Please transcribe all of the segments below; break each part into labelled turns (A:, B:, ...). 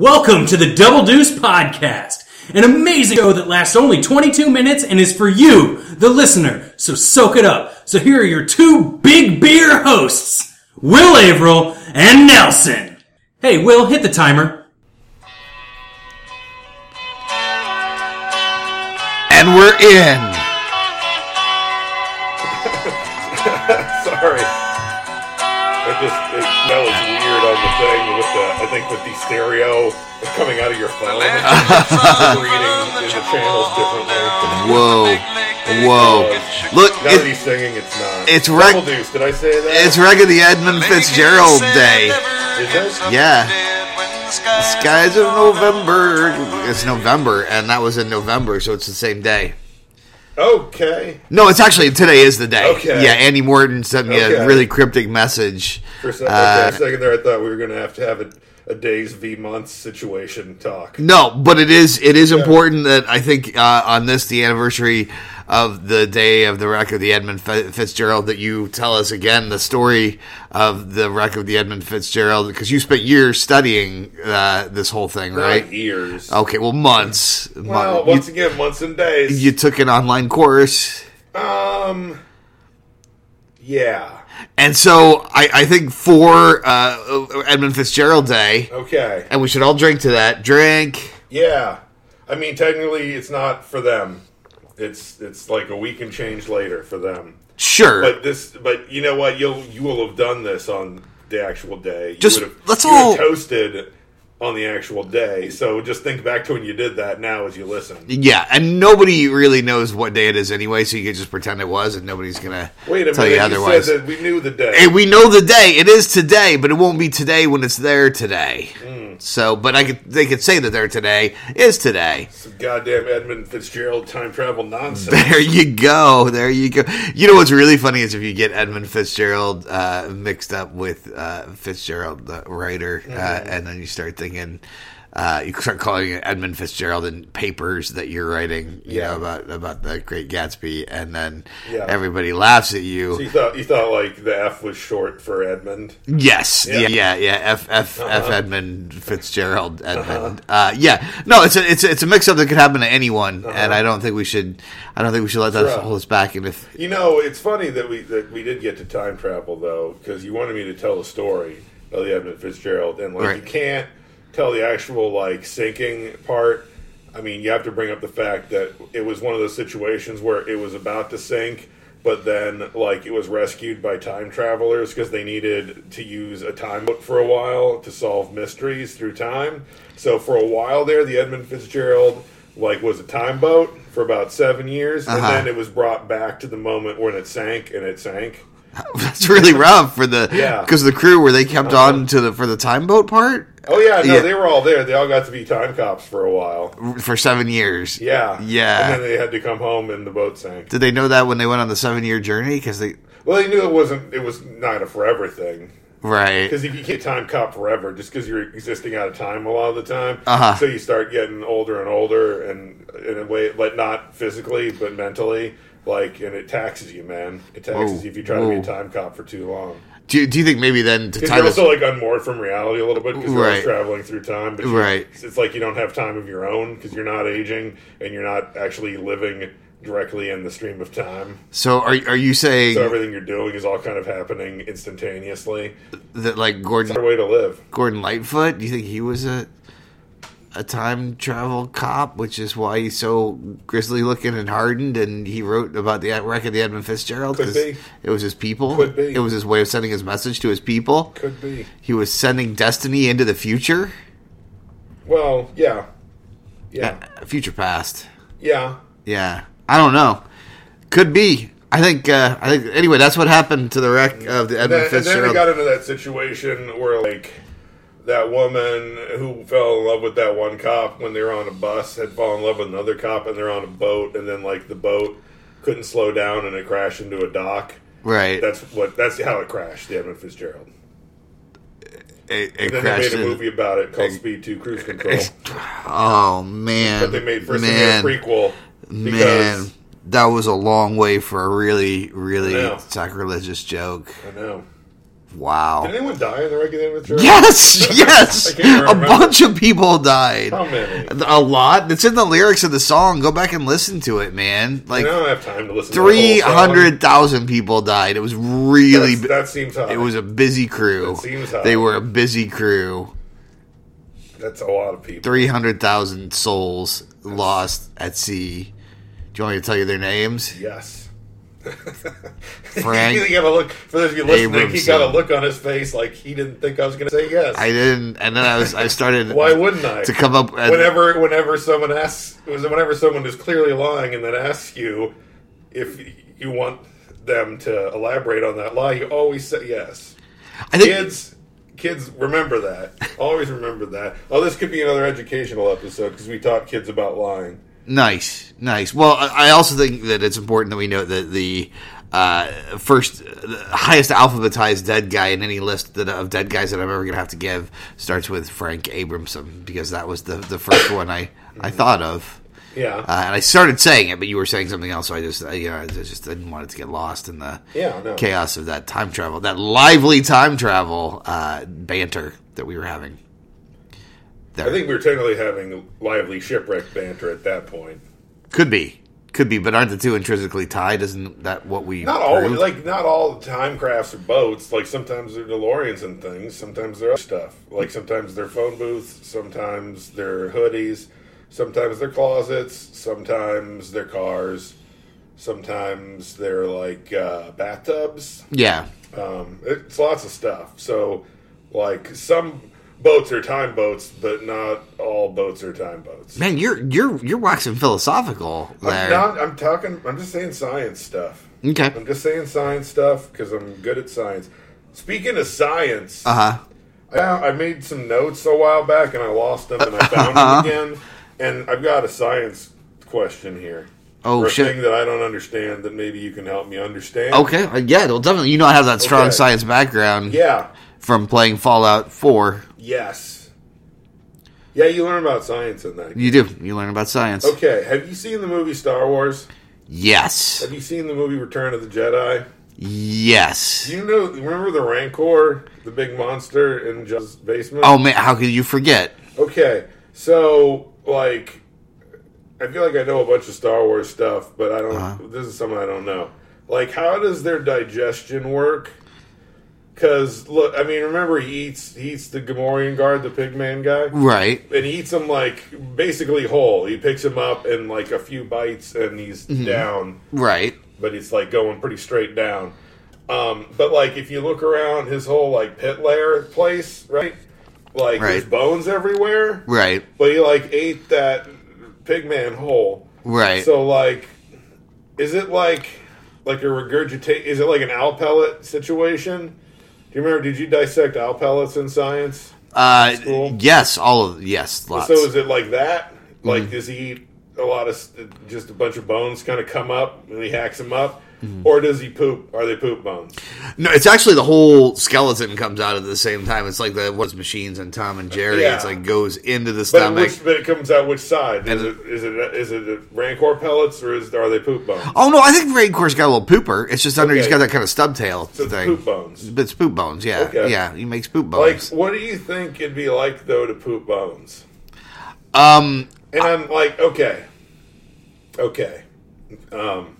A: Welcome to the Double Deuce Podcast, an amazing show that lasts only 22 minutes and is for you, the listener. So soak it up. So here are your two big beer hosts, Will Averill and Nelson. Hey, Will, hit the timer.
B: And we're in.
C: Sorry. It just it, that was weird on the thing with the I think with the stereo coming out of your phone. reading the channels differently.
B: Whoa. Whoa. Look,
C: Now that
B: it,
C: he's singing, it's not.
B: it's rec-
C: Double Deuce. Did I say that?
B: it's Regga the Edmund Fitzgerald Day. Yeah. Skies of November. It's November, and that was in November, so it's the same day.
C: okay.
B: No, it's actually today is the day.
C: Okay.
B: Yeah, Andy Morton sent me a
C: Okay.
B: really cryptic message.
C: For a second,
B: Uh,
C: for a second there, I thought we were gonna have to have a, a days v months situation talk.
B: No, but it is it is important that I think uh, on this the anniversary of the day of the wreck of the Edmund F- Fitzgerald that you tell us again the story of the wreck of the Edmund Fitzgerald because you spent years studying uh, this whole thing, right? Oh,
C: Not years.
B: Okay, well months. Mon-
C: Well,
B: you-
C: once again, months and days.
B: you, took an online course,
C: um. Yeah.
B: and so I, I think for uh, Edmund Fitzgerald Day,
C: Okay.
B: and we should all drink to that. Drink.
C: Yeah, I mean, technically, it's not for them. It's it's like a week and change later for them.
B: Sure.
C: But this, but you know what? You'll you will have done this on the actual day. You
B: Just-
C: would have,
B: let's
C: you would have
B: all-
C: toasted on the actual day. So just think back to when you did that now as you listen.
B: Yeah, and nobody really knows what day it is anyway, so you could just pretend it was, and nobody's gonna
C: Wait a
B: tell
C: minute!
B: you
C: you
B: otherwise.
C: said that we knew the day.
B: Hey, we know the day. It is today, but it won't be today when it's there today.
C: Hmm.
B: So, but I could they could say that there today is today.
C: Some goddamn Edmund Fitzgerald time travel nonsense.
B: There you go. There you go. You know what's really funny is if you get Edmund Fitzgerald uh, mixed up with uh, Fitzgerald, the writer, uh,
C: Mm-hmm.
B: and then you start thinking, uh, you start calling it Edmund Fitzgerald in papers that you're writing, you
C: Yeah.
B: know, about, about the Great Gatsby, and then
C: Yeah.
B: everybody laughs at you.
C: you thought you thought like the F was short for Edmund.
B: Yes. Yeah.
C: Yeah. Uh-huh.
B: Yeah. Yeah. F F F Edmund Fitzgerald Edmund. uh yeah. No, it's a it's a, it's a mix up that could happen to anyone, and I don't think we should. I don't think we should let that
C: Uh-huh. Sure.
B: hold us back. And if
C: You know, it's funny that we that we did get to time travel though, because you wanted me to tell the story of the Edmund Fitzgerald, and like
B: Right.
C: you can't tell the actual like sinking part. I mean, you have to bring up the fact that it was one of those situations where it was about to sink, but then like it was rescued by time travelers because they needed to use a time book for a while to solve mysteries through time. So for a while there, the Edmund Fitzgerald like was a time boat for about seven years, and
B: Uh-huh.
C: then it was brought back to the moment when it sank, and it sank.
B: that's really rough for the
C: Yeah. Uh-huh.
B: because the crew where they kept on to the for the time boat part
C: Oh yeah, no,
B: Yeah.
C: they were all there. They all got to be time cops for a while.
B: for seven years.
C: Yeah,
B: Yeah.
C: And then they had to come home, and the boat sank.
B: Did they know that when they went on the seven year journey? Because they
C: Well, they knew it wasn't. It was not a forever thing.
B: right.
C: Because if you can't time cop forever, just because you're existing out of time a lot of the time,
B: Uh-huh.
C: so you start getting older and older, and in a way, like not physically but mentally, like, and it taxes you, man. It taxes
B: Whoa,
C: you if you try to be
B: whoa.
C: a time cop for too long.
B: Do, do you think maybe then to
C: 'Cause
B: tie
C: you're
B: this?
C: also like unmoored from reality a little bit because you're
B: Right.
C: always traveling through time. But you-
B: Right.
C: it's like you don't have time of your own because you're not aging and you're not actually living directly in the stream of time.
B: So are are you saying
C: So everything you're doing is all kind of happening instantaneously.
B: that like Gordon
C: It's our way to live.
B: Gordon Lightfoot? Do you think he was a a time travel cop, which is why he's so grisly looking and hardened? And he wrote about the wreck of the Edmund Fitzgerald
C: Could
B: 'cause
C: be.
B: it was his people.
C: Could be.
B: It was his way of sending his message to his people.
C: Could be.
B: He was sending destiny into the future,
C: Well, yeah. Yeah.
B: Uh, future past.
C: Yeah.
B: Yeah, I don't know. Could be. I think. Uh, I think. Anyway, that's what happened to the wreck of the
C: And
B: Edmund
C: then, and then we
B: Fitzgerald.
C: got into that situation where, like, that woman who fell in love with that one cop when they were on a bus had fallen in love with another cop and they're on a boat, and then, like, the boat couldn't slow down and it crashed into a dock.
B: right.
C: That's what. That's how it crashed, the Edmund Fitzgerald.
B: It, it
C: And then
B: crashed.
C: they made a
B: in-
C: movie about it called Speed 2 Cruise Control.
B: Oh man.
C: But they made first
B: man.
C: they made a prequel.
B: Man,
C: Because,
B: that was a long way for a really, really
C: I know.
B: sacrilegious joke.
C: I know.
B: Wow.
C: Did anyone die in the regular amateur?
B: Yes, yes.
C: I can't
B: A
C: remember.
B: bunch of people died.
C: How many?
B: A lot. It's in the lyrics of the song. Go back and listen to it, man.
C: I
B: Like
C: don't have time to listen. to the whole song.
B: three hundred thousand people died. It was really.
C: That's- That seems high.
B: it was a busy crew.
C: That seems high.
B: They were a busy crew.
C: That's a lot of people.
B: Three hundred thousand souls lost at sea. Do you want me to tell you their names?
C: Yes.
B: Frank-
C: you gotta look for those of you listening. He
B: Abramson.
C: got a look on his face like he didn't think I was gonna say yes.
B: I didn't, and then I was. I started.
C: Why wouldn't I?
B: to come up? and-
C: whenever whenever someone asks whenever someone is clearly lying and then asks you if you want them to elaborate on that lie you always say yes
B: I think
C: kids kids remember that always remember that oh this could be another educational episode because we taught kids about lying
B: Nice, nice. Well, I I also think that it's important that we note that the uh, first, the highest alphabetized dead guy in any list that, of dead guys that I'm ever going to have to give starts with Frank Abramson because that was the, the first one I, I thought of.
C: yeah
B: Uh, and I started saying it, but you were saying something else, so I just, I, you know, I just didn't want it to get lost in the
C: Yeah, no.
B: chaos of that time travel, that lively time travel uh, banter that we were having. There.
C: i think we were technically having lively shipwreck banter at that point
B: Could be. Could be, but aren't the two intrinsically tied? Isn't that what we
C: not always
B: proved?
C: like not all the time crafts are boats like sometimes they're deloreans and things sometimes they're other stuff like sometimes they're phone booths sometimes they're hoodies sometimes they're closets sometimes they're cars sometimes they're like uh, bathtubs
B: Yeah.
C: um, it's lots of stuff so like some boats are time boats but not all boats are time boats
B: Man, you're you're you're waxing philosophical there.
C: I'm, not, I'm talking i'm just saying science stuff
B: okay.
C: I'm just saying science stuff because I'm good at science. Speaking of science,
B: Uh huh.
C: I, I made some notes a while back and I lost them and I found
B: Uh-huh.
C: them again. And I've got a science question here.
B: Oh,
C: Or a
B: shit.
C: thing that I don't understand that maybe you can help me understand.
B: Okay. uh, Yeah, well definitely you know I have that strong
C: Okay.
B: science background
C: Yeah.
B: from playing Fallout four.
C: Yes. Yeah, you learn about science in that.
B: You do. You learn about science.
C: Okay. Have you seen the movie Star Wars?
B: Yes.
C: Have you seen the movie Return of the Jedi?
B: Yes.
C: Do you know? Remember the Rancor, the big monster in Jabba's basement?
B: Oh man, how could you forget?
C: Okay, so like, I feel like I know a bunch of Star Wars stuff, but I don't. This is something I don't know. Like, how does their digestion work? Because look, I mean, remember he eats he eats the Gamorrean guard, the pig man guy,
B: Right.
C: and he eats him like basically whole. He picks him up in like a few bites, and he's down
B: Right.
C: but it's like going pretty straight down. Um, but like if you look around his whole like pit lair place, right? Like there's
B: Right.
C: bones everywhere.
B: Right.
C: But he like ate that pig man whole.
B: Right.
C: So like is it like like a regurgitate is it like an owl pellet situation? Do you remember did you dissect owl pellets in science?
B: uh
C: cool.
B: yes, all of yes, lots. Mm-hmm.
C: So is it like that? Like does he eat a lot of s- just a bunch of bones kind of come up and he hacks them up?
B: Mm-hmm.
C: Or does he poop? Are they poop bones?
B: No, it's actually the whole skeleton comes out at the same time. It's like the what's machines and Tom and Jerry.
C: Yeah.
B: It's like goes into the
C: But,
B: stomach.
C: which, but it comes out which side? Is
B: And-
C: it is it is it rancor pellets or is are they poop bones?
B: oh no, I think Raincor's got a little pooper. It's just under. He's
C: Okay.
B: got that kind of stub tail
C: So it's
B: thing.
C: poop bones.
B: But it's poop bones. Yeah,
C: Okay.
B: yeah. He makes poop
C: Like,
B: bones.
C: what do you think it'd be like though to poop bones?
B: um,
C: And I'm like, okay, okay. Um,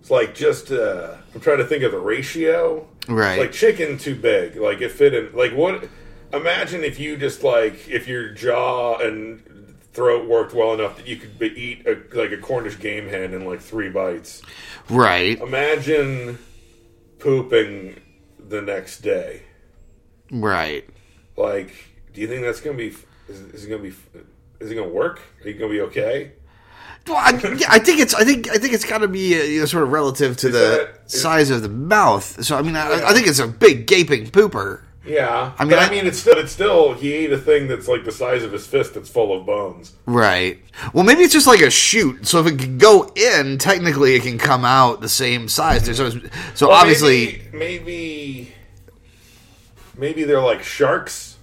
C: it's like just uh, I'm trying to think of the ratio.
B: Right.
C: Like chicken too big. Like it fit in. Like what? Imagine if you just like if your jaw and throat worked well enough that you could be, eat a, like a Cornish game hen in like three bites.
B: right,
C: Imagine pooping the next day.
B: right.
C: Like, do you think that's gonna be? Is, is it gonna be? Is it gonna work? Are you gonna be okay?
B: Well, I, yeah, I think it's. I think. I think it's got to be uh, you know, sort of relative to the
C: that- is-
B: size of the mouth. So I mean, I, I think it's a big gaping pooper.
C: Yeah, I
B: mean,
C: mean, but, I,
B: I-
C: mean, it's still, it's still. He ate a thing that's like the size of his fist, that's full of bones.
B: Right. Well, maybe it's just like a shoot. So if it can go in, technically it can come out the same size. There's always, so
C: Well,
B: obviously,
C: maybe, maybe, maybe they're like sharks,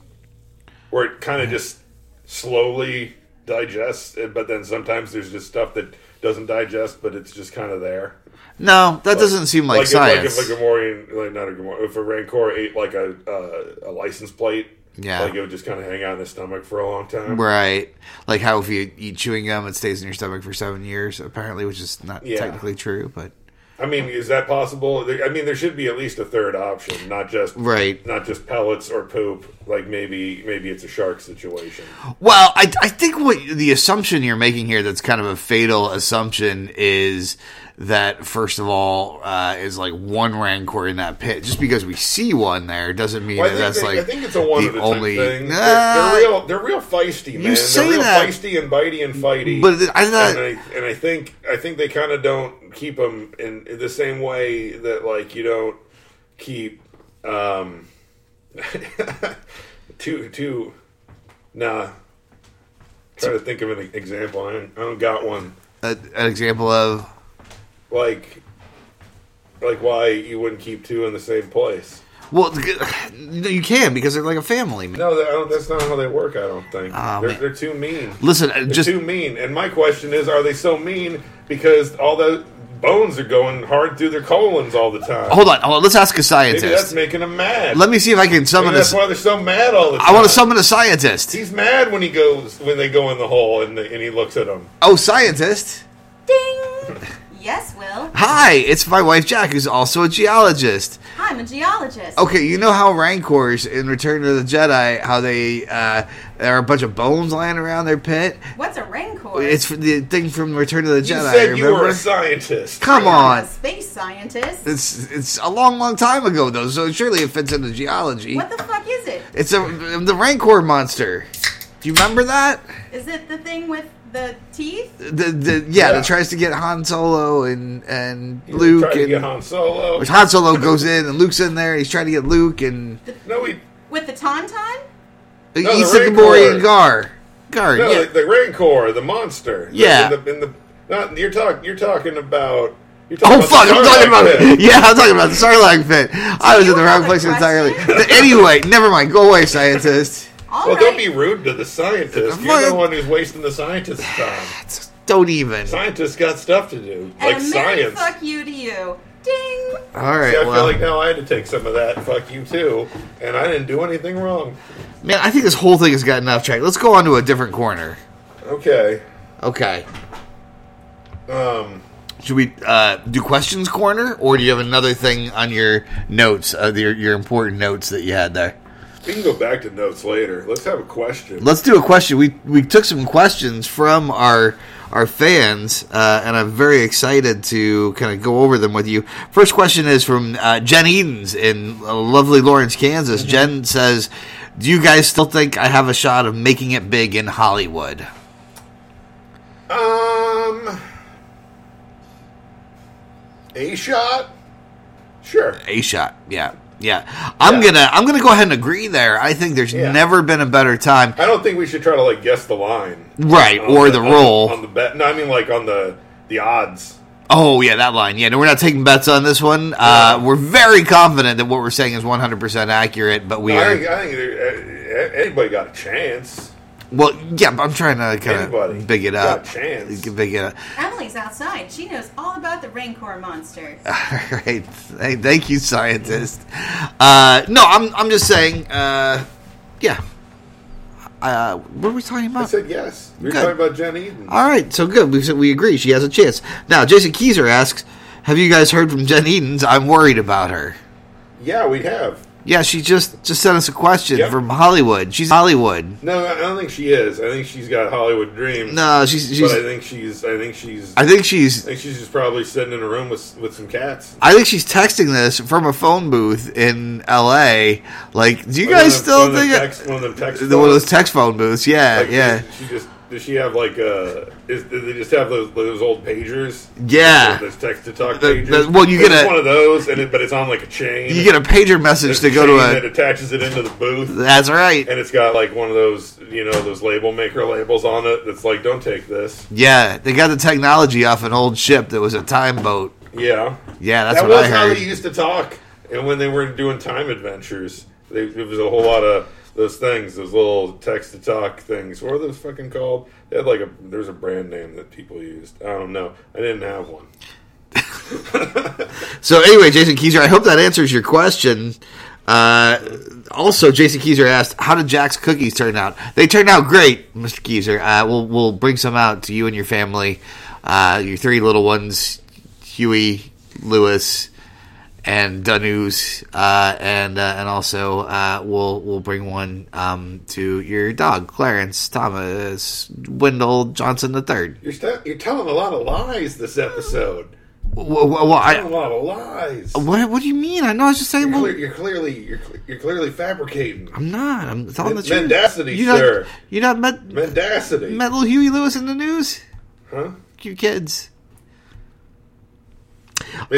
C: where
B: Hmm.
C: eh, it kind of just slowly digests. it, But then sometimes there's just stuff that doesn't digest, but it's just kind of there.
B: No, that doesn't seem like,
C: like
B: science.
C: If, like if a Gamorrean, like not a Gamorrean, if a Rancor ate like a uh, a license plate,
B: Yeah.
C: like it would just kind of hang out in his stomach for a long time.
B: right. Like how if you eat chewing gum, it stays in your stomach for seven years, apparently, which is not
C: Yeah.
B: technically true, but
C: I mean, is that possible? There- I mean, there should be at least a third option, not just
B: right.
C: not just pellets or poop. Like maybe maybe it's a shark situation.
B: Well, I, I think what the assumption you're making here that's kind of a fatal assumption is that, first of all, uh, is like one rancor in that pit. Just because we see one there doesn't mean
C: Well,
B: that
C: I think
B: that's
C: they-
B: like
C: I think it's a one of
B: the
C: the
B: only.
C: type thing.
B: Nah,
C: they're, they're real. They're real feisty, man.
B: say
C: they're real
B: that.
C: feisty and bitey and fighty.
B: But I thought-
C: and I, and I think I think they kind of don't keep them in, in the same way that like you don't keep um two two nah. Trying to think of an example. I don't, I don't got one.
B: a- an example of
C: Like like why you wouldn't keep two in the same place.
B: well, no, you can because they're like a family. man.
C: No, that, I don't, that's not how they work. I don't think they're,
B: Ah, man.
C: they're too mean.
B: Listen, uh,
C: They're
B: just
C: too mean. And my question is, are they so mean because all the bones are going hard through their colons all the time?
B: hold on. Hold on. Let's ask a
C: Maybe
B: scientist.
C: that's making them mad.
B: Let me see if I can
C: Maybe
B: summon
C: that's
B: this.
C: why they're so mad all the time.
B: I want to summon a scientist.
C: He's mad when he goes when they go in the hole and, the, and he looks at them.
B: Oh, scientist!
D: Ding! Yes, Will.
B: Hi, it's my wife Jack, who's also a geologist.
D: I'm a geologist.
B: Okay, you know how Rancors in Return of the Jedi, how they uh, there are a bunch of bones lying around their pit.
D: What's a rancor?
B: It's the thing from Return of the
C: You
B: Jedi.
C: said you were
B: remember?
C: a scientist.
B: Come
D: I'm
B: on,
D: a space scientist.
B: it's it's a long, long time ago though, so surely it fits into geology.
D: What the fuck is it?
B: It's a the Rancor monster. Do you remember that?
D: Is it the thing with the teeth?
B: The, the yeah,
C: Yeah.
B: that tries to get Han Solo and and
C: He was
B: Luke
C: trying to
B: and
C: get Han Solo.
B: which Han Solo goes in and Luke's in there. He's trying to get Luke and
C: No, he.
D: With the tauntaun?
B: he
C: the
B: eats the Gamorrean
C: Rancor.
B: Gar. Gar,
C: No,
B: yeah.
C: the, the Rancor, the monster. The-
B: Yeah.
C: In the, in the, not, you're talking. You're talking about. You're
B: Oh
C: talking about the
B: fuck! I'm talking
C: Sarlacc
B: about
C: pit.
B: yeah, I'm talking about the Sarlacc pit. I was
D: you
B: in the wrong
D: have a
B: place entirely.
D: question?
B: But anyway, never mind. Go away, scientist.
D: All
C: Well,
D: right.
C: don't be rude to the scientist. You're
B: Fuck.
C: the one who's wasting the scientist's time.
B: Don't even.
C: Scientists got stuff to do,
D: and
C: like
D: a merry
C: science.
D: fuck you to you. Ding!
B: All
C: See,
B: right,
C: I feel
B: well,
C: like now I had to take some of that. Fuck you too, and I didn't do anything wrong.
B: man, I think this whole thing has gotten off track. Let's go on to a different corner.
C: Okay.
B: Okay.
C: Um.
B: Should we uh, do questions corner, or do you have another thing on your notes, uh, your your important notes that you had there?
C: We can go back to notes later. Let's have a question.
B: Let's do a question. We we took some questions from our our fans, uh, and I'm very excited to kind of go over them with you. First question is from uh, Jen Edens in uh, lovely Lawrence,
C: Mm-hmm.
B: Kansas. Jen says, "Do you guys still think I have a shot of making it big in Hollywood?"
C: Um. A shot. Sure.
B: A shot, yeah, yeah. I'm
C: Yeah.
B: gonna I'm gonna go ahead and agree there. I think there's
C: Yeah.
B: never been a better time,
C: I don't think we should try to like guess the line,
B: right?
C: On
B: Or the
C: on-
B: role.
C: on the bet. No, I mean like on the the odds.
B: Oh yeah, that line. Yeah, no, we're not taking bets on this one. Uh, we're very confident that what we're saying is 100 percent accurate, but we
C: No, I
B: are.
C: think, I think there- uh, a- a- anybody got a chance.
B: well, yeah, but I'm trying to kind
C: Anybody
B: of big it
C: got
B: up.
C: a chance.
B: Big it up.
D: Emily's outside. She knows all about the rancor monster.
B: All right, Hey, thank you, scientist. Uh, no, I'm I'm just saying. Uh, yeah. Uh, what were we talking
C: I
B: about?
C: said yes. We were
B: Good.
C: talking about Jen Eden.
B: All right, so good. We said we agree. She has a chance. Now, Jason Keyser asks, "Have you guys heard from Jen Edens? I'm worried about her."
C: yeah, we have.
B: Yeah, she just just sent us a question
C: Yep.
B: from Hollywood. She's Hollywood.
C: No, I don't think she is. I think she's got Hollywood dreams.
B: No, she's she's.
C: but I think she's. I think she's. I
B: I think she's.
C: think she's just probably sitting in a room with with some cats.
B: I think she's texting this from a phone booth in L.A. Like, do you
C: Like one
B: guys
C: of them-
B: still
C: one of them
B: think
C: text, one of them text?
B: the one of
C: phones.
B: those text phone booths? Yeah,
C: Like,
B: yeah,
C: She just. Does she have like uh? Is, do they just have those, those old pagers?
B: Yeah.
C: Those text to talk
B: The-
C: pagers.
B: the- well, you
C: It's
B: get a-
C: one of those, and it, but it's on like a chain.
B: you get a pager message
C: There's
B: to go to
C: chain that
B: a.
C: attaches it into the booth.
B: That's right.
C: and it's got like one of those you know those label maker labels on it that's like don't take this
B: Yeah, they got the technology off an old ship that was a time boat.
C: yeah
B: Yeah, that's
C: that
B: what
C: was
B: I
C: how
B: heard.
C: they used to talk and when they were doing time adventures they, it was a whole lot of those things, those little text to talk things. What are those fucking called? They had like a there's a brand name that people used. I don't know. I didn't have one.
B: So anyway, Jason Keyser, I hope that answers your question. Uh, also, Jason Keyser asked, "How did Jack's cookies turn out?" They turned out great, Mr. Keyser. Uh, we'll we'll bring some out to you and your family, uh, your three little ones, Huey, Lewis, and Danu's, uh, and uh, and also uh, we'll we'll bring one um, to your dog, Clarence Thomas Wendell Johnson the Third.
C: You're st- you're telling a lot of lies this episode.
B: Well,
C: Telling
B: I,
C: a lot of lies.
B: what what do you mean? I know I was just saying.
C: You're,
B: well,
C: clear, you're clearly you're, cl- you're clearly fabricating
B: I'm not. I'm telling the truth.
C: Mendacity,
B: you not,
C: sir.
B: You not met
C: mendacity,
B: met little Huey Lewis in the news?
C: huh?
B: You kids.
C: Wait,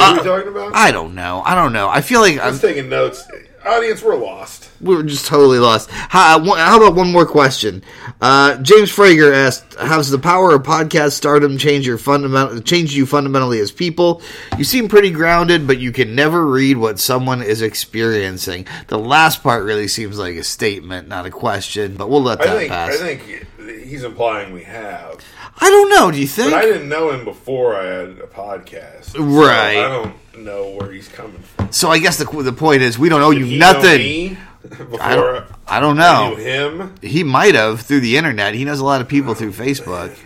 B: uh,
C: What are we talking about?
B: I don't know. I don't know. I feel like
C: I
B: I'm,
C: was taking notes. Audience, we're lost.
B: we were just totally lost. How, how about one more question? Uh, James Frager asked, "Has the power of podcast stardom changed your fundamental changed you fundamentally as people? You seem pretty grounded, but you can never read what someone is experiencing. The last part really seems like a statement, not a question. But we'll let
C: I
B: that
C: think
B: pass.
C: I think he's implying we have,
B: I don't know. Do you think?
C: but I didn't know him before I had a podcast. so
B: Right.
C: I don't know where he's coming from.
B: So I guess the the point is we don't owe you
C: He know
B: nothing.
C: me before
B: I don't, I don't
C: I knew
B: know.
C: him.
B: He might have through the internet. He knows a lot of people through Facebook.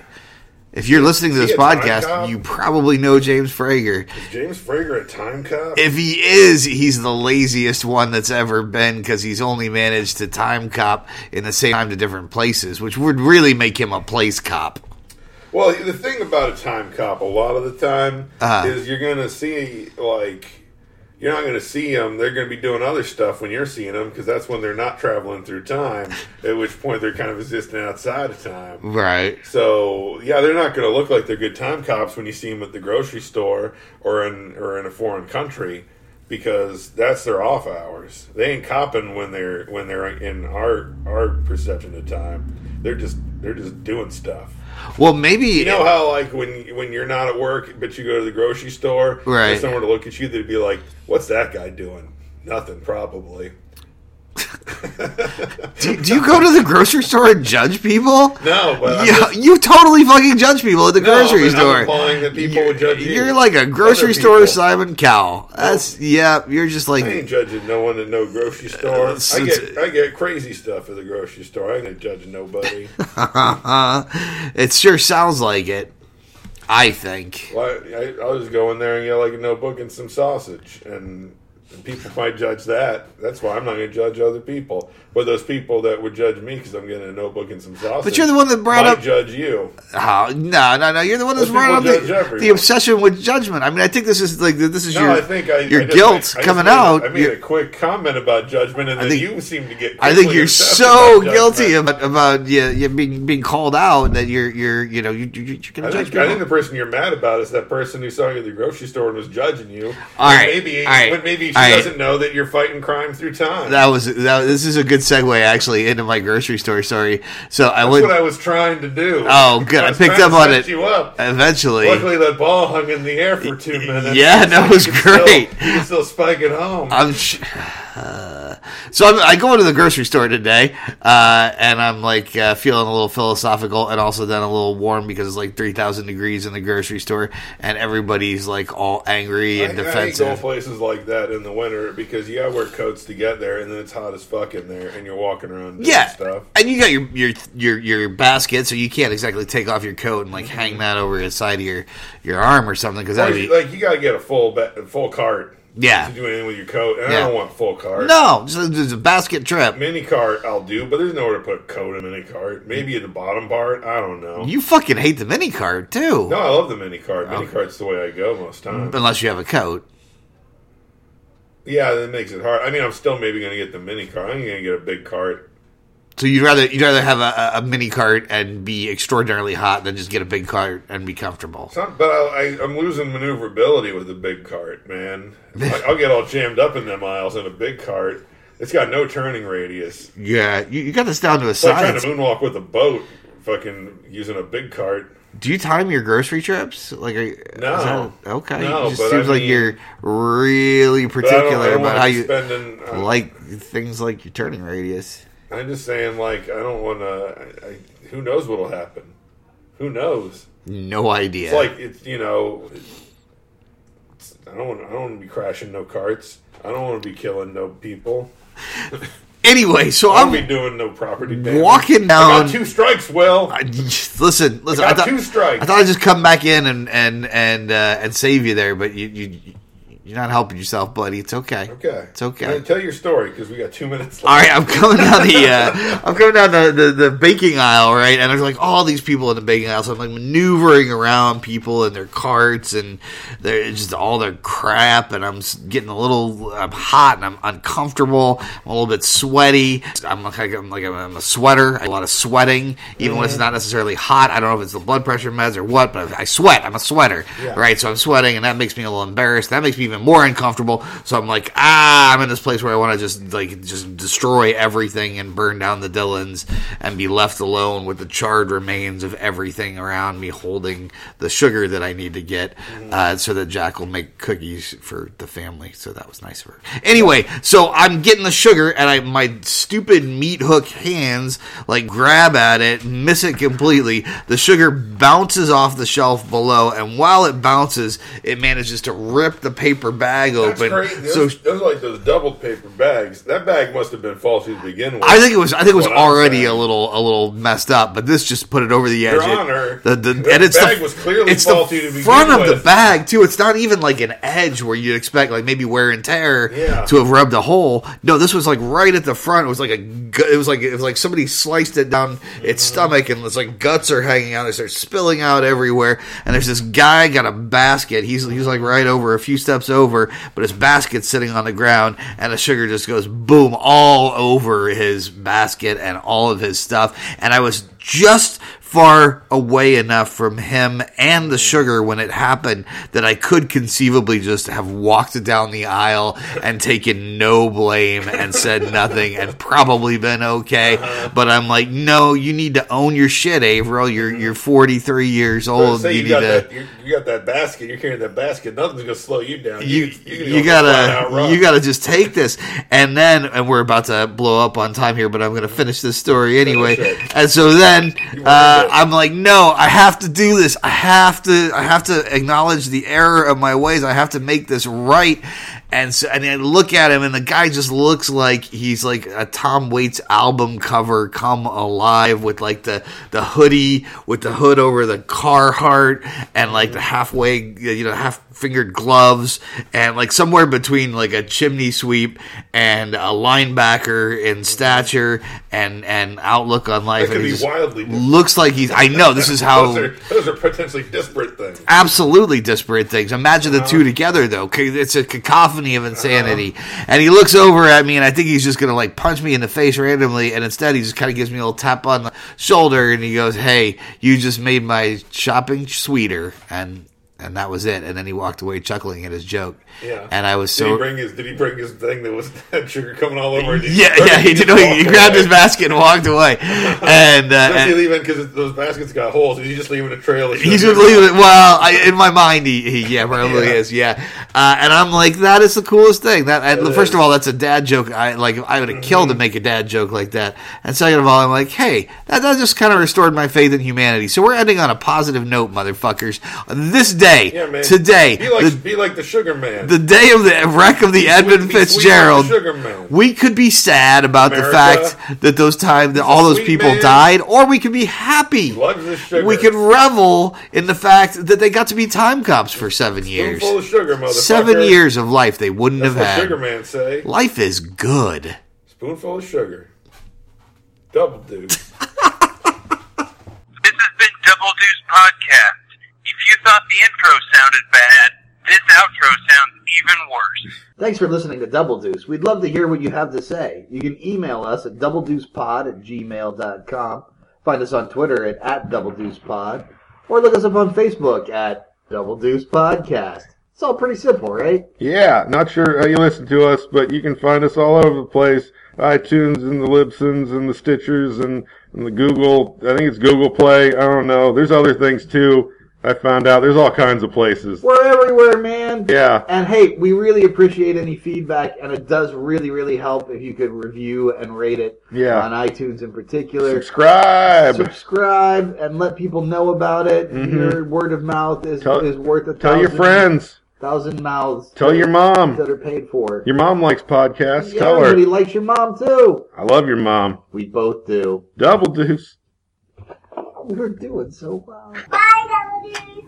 B: If you're listening to
C: Is
B: this
C: he a time
B: podcast,
C: cop?
B: you probably know James Frager.
C: James Frager at Time Cop.
B: If he is, he's the laziest one that's ever been because he's only managed to time cop in the same time to different places, which would really make him a place cop.
C: Well, the thing about a time cop, a lot of the time,
B: Uh-huh.
C: is you're going to see, like, you're not going to see them. They're going to be doing other stuff when you're seeing them because that's when they're not traveling through time, at which point they're kind of existing outside of time.
B: Right.
C: So, yeah, they're not going to look like they're good time cops when you see them at the grocery store or in, or in a foreign country because that's their off hours. They ain't copping when they're when they're in our our perception of time. They're just they're just doing stuff.
B: Well, maybe
C: You know how like when when you're not at work but you go to the grocery store,
B: Right.
C: There's someone to look at you. They'd be like, "What's that guy doing? Nothing, probably."
B: do, do you go to the grocery store and judge people?
C: No, but I'm
B: you,
C: just-
B: you totally fucking judge people at the
C: No,
B: grocery
C: I'm- I'm
B: store.
C: implying that people would judge you.
B: You're like a grocery
C: Other
B: store
C: people.
B: Simon Cowell. That's yeah. You're just like
C: I ain't judging no one at no grocery store.
B: it's-
C: I
B: it's-
C: get I get crazy stuff at the grocery store. I ain't judging nobody.
B: it sure sounds like it. I think.
C: Why I, I'll just go in there and get like a notebook and some sausage, and people might judge that. That's why I'm not going to judge other people. But those people that would judge me because I'm getting a notebook and some sausage.
B: But you're the one that brought
C: might
B: up-
C: judge you.
B: Oh, no, no, no! You're the one that's
C: Those
B: brought up
C: people judge
B: the,
C: everyone.
B: the obsession with judgment. I mean, I think this is like this is
C: No,
B: your
C: I think I,
B: your
C: I just made- I
B: guilt
C: just
B: coming
C: made a-
B: out.
C: I made
B: You're-
C: a quick comment about judgment, and then
B: think-
C: you seem to get.
B: I think
C: quickly
B: you're
C: obsessed
B: so
C: about judgment.
B: guilty about, about you, you being being called out that you're you're you know you, you, you're gonna
C: I
B: judge
C: think,
B: people.
C: I think the person you're mad about is that person who saw you at the grocery store and was judging you.
B: All right,
C: maybe
B: all right,
C: when maybe she
B: all right.
C: doesn't know that you're fighting crime through time.
B: That was that. This is a good segue actually into my grocery store story. So I
C: That's
B: went
C: what I was trying to do.
B: Oh, good. I
C: was
B: picked up
C: trying
B: on
C: to
B: it
C: set You up.
B: eventually.
C: Luckily, that ball hung in the air for two minutes.
B: Yeah, that was
C: You can still-
B: great.
C: you can still spike it home.
B: I'm sh- so I'm, I go into the grocery store today, uh, and I'm like uh, feeling a little philosophical, and also then a little warm because it's like three thousand degrees in the grocery store, and everybody's like all angry and
C: I- I hate
B: defensive.
C: going places like that in the winter because you gotta wear coats to get there, and then it's hot as fuck in there, and you're walking around doing
B: yeah,
C: stuff.
B: and you got your, your your your basket, so you can't exactly take off your coat and like hang that over the side of your your arm or something because that'd be
C: Like, like, you gotta get a full ba- full cart.
B: Yeah.
C: to do anything with your coat, and
B: Yeah.
C: I don't want full cart.
B: no, it's a, it's a basket trip.
C: mini cart I'll do, but there's nowhere to put coat in mini cart. Maybe at the bottom part, I don't know.
B: You fucking hate the mini card too,
C: no, I love the mini cart. Mini cart's the way I go most time.
B: unless you have a coat.
C: Yeah, that makes it hard. I mean, I'm still maybe going to get the mini cart. I'm going to get a big cart.
B: So you'd rather you'd rather have a, a- a mini cart and be extraordinarily hot than just get a big cart and be comfortable.
C: It's not, but I, I, I'm losing maneuverability with a big cart, man. I, I'll get all jammed up in them aisles in a big cart. It's got no turning radius. It's
B: Yeah, you, you got this down to a
C: like trying
B: science.
C: to moonwalk with a boat, fucking using a big cart.
B: Do you time your grocery trips? Like, are, you- is
C: No.
B: that- okay.
C: No,
B: it just
C: but
B: seems
C: I
B: like
C: mean-
B: you're really
C: But I don't- I
B: particular about
C: don't wanna
B: how
C: be
B: you
C: spending, uh,
B: like things like your turning radius.
C: I'm just saying, like, I don't want to. I, I, who knows what'll happen? Who knows?
B: No idea.
C: It's like it's you know. it's- I don't. Want, I don't want to be crashing no carts. I don't want to be killing no people.
B: anyway, so
C: I don't want
B: I'm
C: to be doing no property damage.
B: Walking
C: I
B: down-
C: got two strikes, Will.
B: I- listen, listen.
C: I
B: I
C: got
B: thought
C: two strikes.
B: I thought I'd just come back in and and and uh, and save you there, but you you you're not helping yourself, buddy. It's okay.
C: okay,
B: It's okay.
C: Now tell your story because we got two minutes
B: All
C: left.
B: right, I'm coming down the uh, I'm coming down the, the, the baking aisle, right? And there's like all these people in the baking aisle, so I'm like maneuvering around people and their carts and their just all their crap, and I'm s- getting a little I'm hot and I'm uncomfortable, I'm a little bit sweaty. I'm like I'm like I'm a sweater, a lot of sweating, even when it's not necessarily hot. I don't know if it's the blood pressure meds or what, but I sweat. I'm a sweater,
C: Yeah.
B: right? right? So I'm sweating, and that makes me a little embarrassed. That makes me even more uncomfortable. So I'm like, ah, I'm in this place where I want to just like just destroy everything and burn down the Dillons and be left alone with the charred remains of everything around me, holding the sugar that I need to get, uh, so that Jack will make cookies for the family. So that was nice of her. Anyway, so I'm getting the sugar, and I my stupid meat hook hands like grab at it, miss it completely. The sugar bounces off the shelf below, and while it bounces, it manages to rip the paper bag
C: That's
B: open.
C: crazy. Those,
B: So
C: those are like those doubled paper bags. That bag must have been faulty to begin with.
B: I think it was I think it was
C: What I'm
B: already
C: saying.
B: a little a little messed up, but this just put it over the edge.
C: Your
B: It-
C: Honor,
B: the, the,
C: the
B: and it's
C: bag
B: the,
C: was clearly
B: it's the
C: faulty to begin
B: front of the
C: with.
B: bag too. It's not even like an edge where you'd expect like maybe wear and tear
C: Yeah.
B: to have rubbed a hole. No, this was like right at the front. It was like a gu- it was like it was like somebody sliced it down its stomach, and it's like guts are hanging out. They start spilling out everywhere. And there's this guy got a basket. He's he's like right over a few steps over, but his basket's sitting on the ground, and the sugar just goes boom all over his basket and all of his stuff. And I was just far away enough from him and the sugar when it happened that I could conceivably just have walked down the aisle and taken no blame and said nothing and probably been okay. But I'm like, no, you need to own your shit, Averill. You're you're 43 years
C: So
B: old.
C: say you,
B: need
C: got
B: to.
C: that, you, you got that basket. You're carrying that basket. Nothing's gonna slow you down.
B: You,
C: you're
B: you,
C: gonna go flat out
B: gotta
C: run.
B: you gotta just take this and then and we're about to blow up on time here but I'm gonna finish this story anyway
C: it.
B: and so then uh,
C: it.
B: I'm like no I have to do this I have to I have to acknowledge the error of my ways I have to make this right and so and I look at him and the guy just looks like he's like a Tom Waits album cover come alive with like the the hoodie with the hood over the Carhartt and like the halfway you know half fingered gloves and like somewhere between like a chimney sweep and a linebacker in stature and and outlook on life
C: That could
B: and he
C: be
B: just
C: wildly different.
B: looks like he's I know this is how
C: Those are, those are potentially disparate things.
B: absolutely disparate things. Imagine the
C: Uh-huh.
B: two together, though. C- It's a cacophony of insanity. And he looks over at me, and I think he's just going to like punch me in the face randomly. And instead, he just kind of gives me a little tap on the shoulder, and he goes, "Hey, you just made my shopping sweeter." And and that was it. And then he walked away chuckling at his joke.
C: Yeah.
B: And I was
C: Did he
B: so
C: bring his? Did he bring his thing that was that sugar coming all over? Did
B: yeah
C: or
B: yeah he
C: just
B: did. He, he
C: walk
B: grabbed
C: away?
B: his basket and walked away. And, uh,
C: Does
B: and
C: he leave because those baskets got holes? Did he just leave in a trail? Of
B: He's
C: sugar?
B: just leaving it. Well, I, in my mind, he, he yeah, probably
C: Yeah.
B: is. Yeah, uh, and I'm like, that is the coolest thing. That and
C: It
B: first
C: is. Mm-hmm.
B: of all, that's a dad joke. I like, I would have killed to make a dad joke like that. And second of all, I'm like, hey, that, that just kind of restored my faith in humanity. So we're ending on a positive note, motherfuckers. This day,
C: Yeah, man.
B: today,
C: be like
B: the,
C: be like the sugar man.
B: the day of the wreck of the Edmund
C: be sweet like the
B: Fitzgerald.
C: Sugar Man.
B: We could be sad about
C: America.
B: the fact that those time that all those
C: sweet
B: people
C: man.
B: died, or we could be happy.
C: loves the sugar.
B: We could revel in the fact that they got to be time cops for seven years.
C: full of sugar, motherfucker.
B: Seven years of life they wouldn't
C: That's
B: have
C: what
B: had.
C: sugar man say.
B: Life is good.
C: Spoonful of sugar. Double dude.
E: This has been Double Deuce Podcast. If you thought the intro sounded bad, this outro sounds even worse.
F: Thanks for listening to Double Deuce. We'd love to hear what you have to say. You can email us at doubledeucepod at gmail.com. Find us on Twitter at, at doubledeucepod. Or look us up on Facebook at Double Deuce Podcast. It's all pretty simple, right?
G: Yeah, not sure how you listen to us, but you can find us all over the place. iTunes and the Libsyns and the Stitchers and, and the Google. I think it's Google Play. I don't know. There's other things too.
C: I found out there's all kinds of places.
B: We're everywhere, man.
C: Yeah.
B: And hey, we really appreciate any feedback, and it does really, really help if you could review and rate it
C: Yeah.
B: on iTunes in particular.
C: Subscribe.
B: Subscribe and let people know about it.
C: Mhm.
B: Your word of mouth is,
C: Tell-
B: is worth a
C: Tell
B: thousand,
C: your friends.
B: thousand mouths
C: Tell your mom.
B: that are paid for.
C: Your mom likes podcasts.
B: yeah,
C: Tell
B: everybody
C: her.
B: likes your mom too.
C: I love your mom.
B: We both do.
C: Double deuce.
B: We're doing so well.
H: Bye,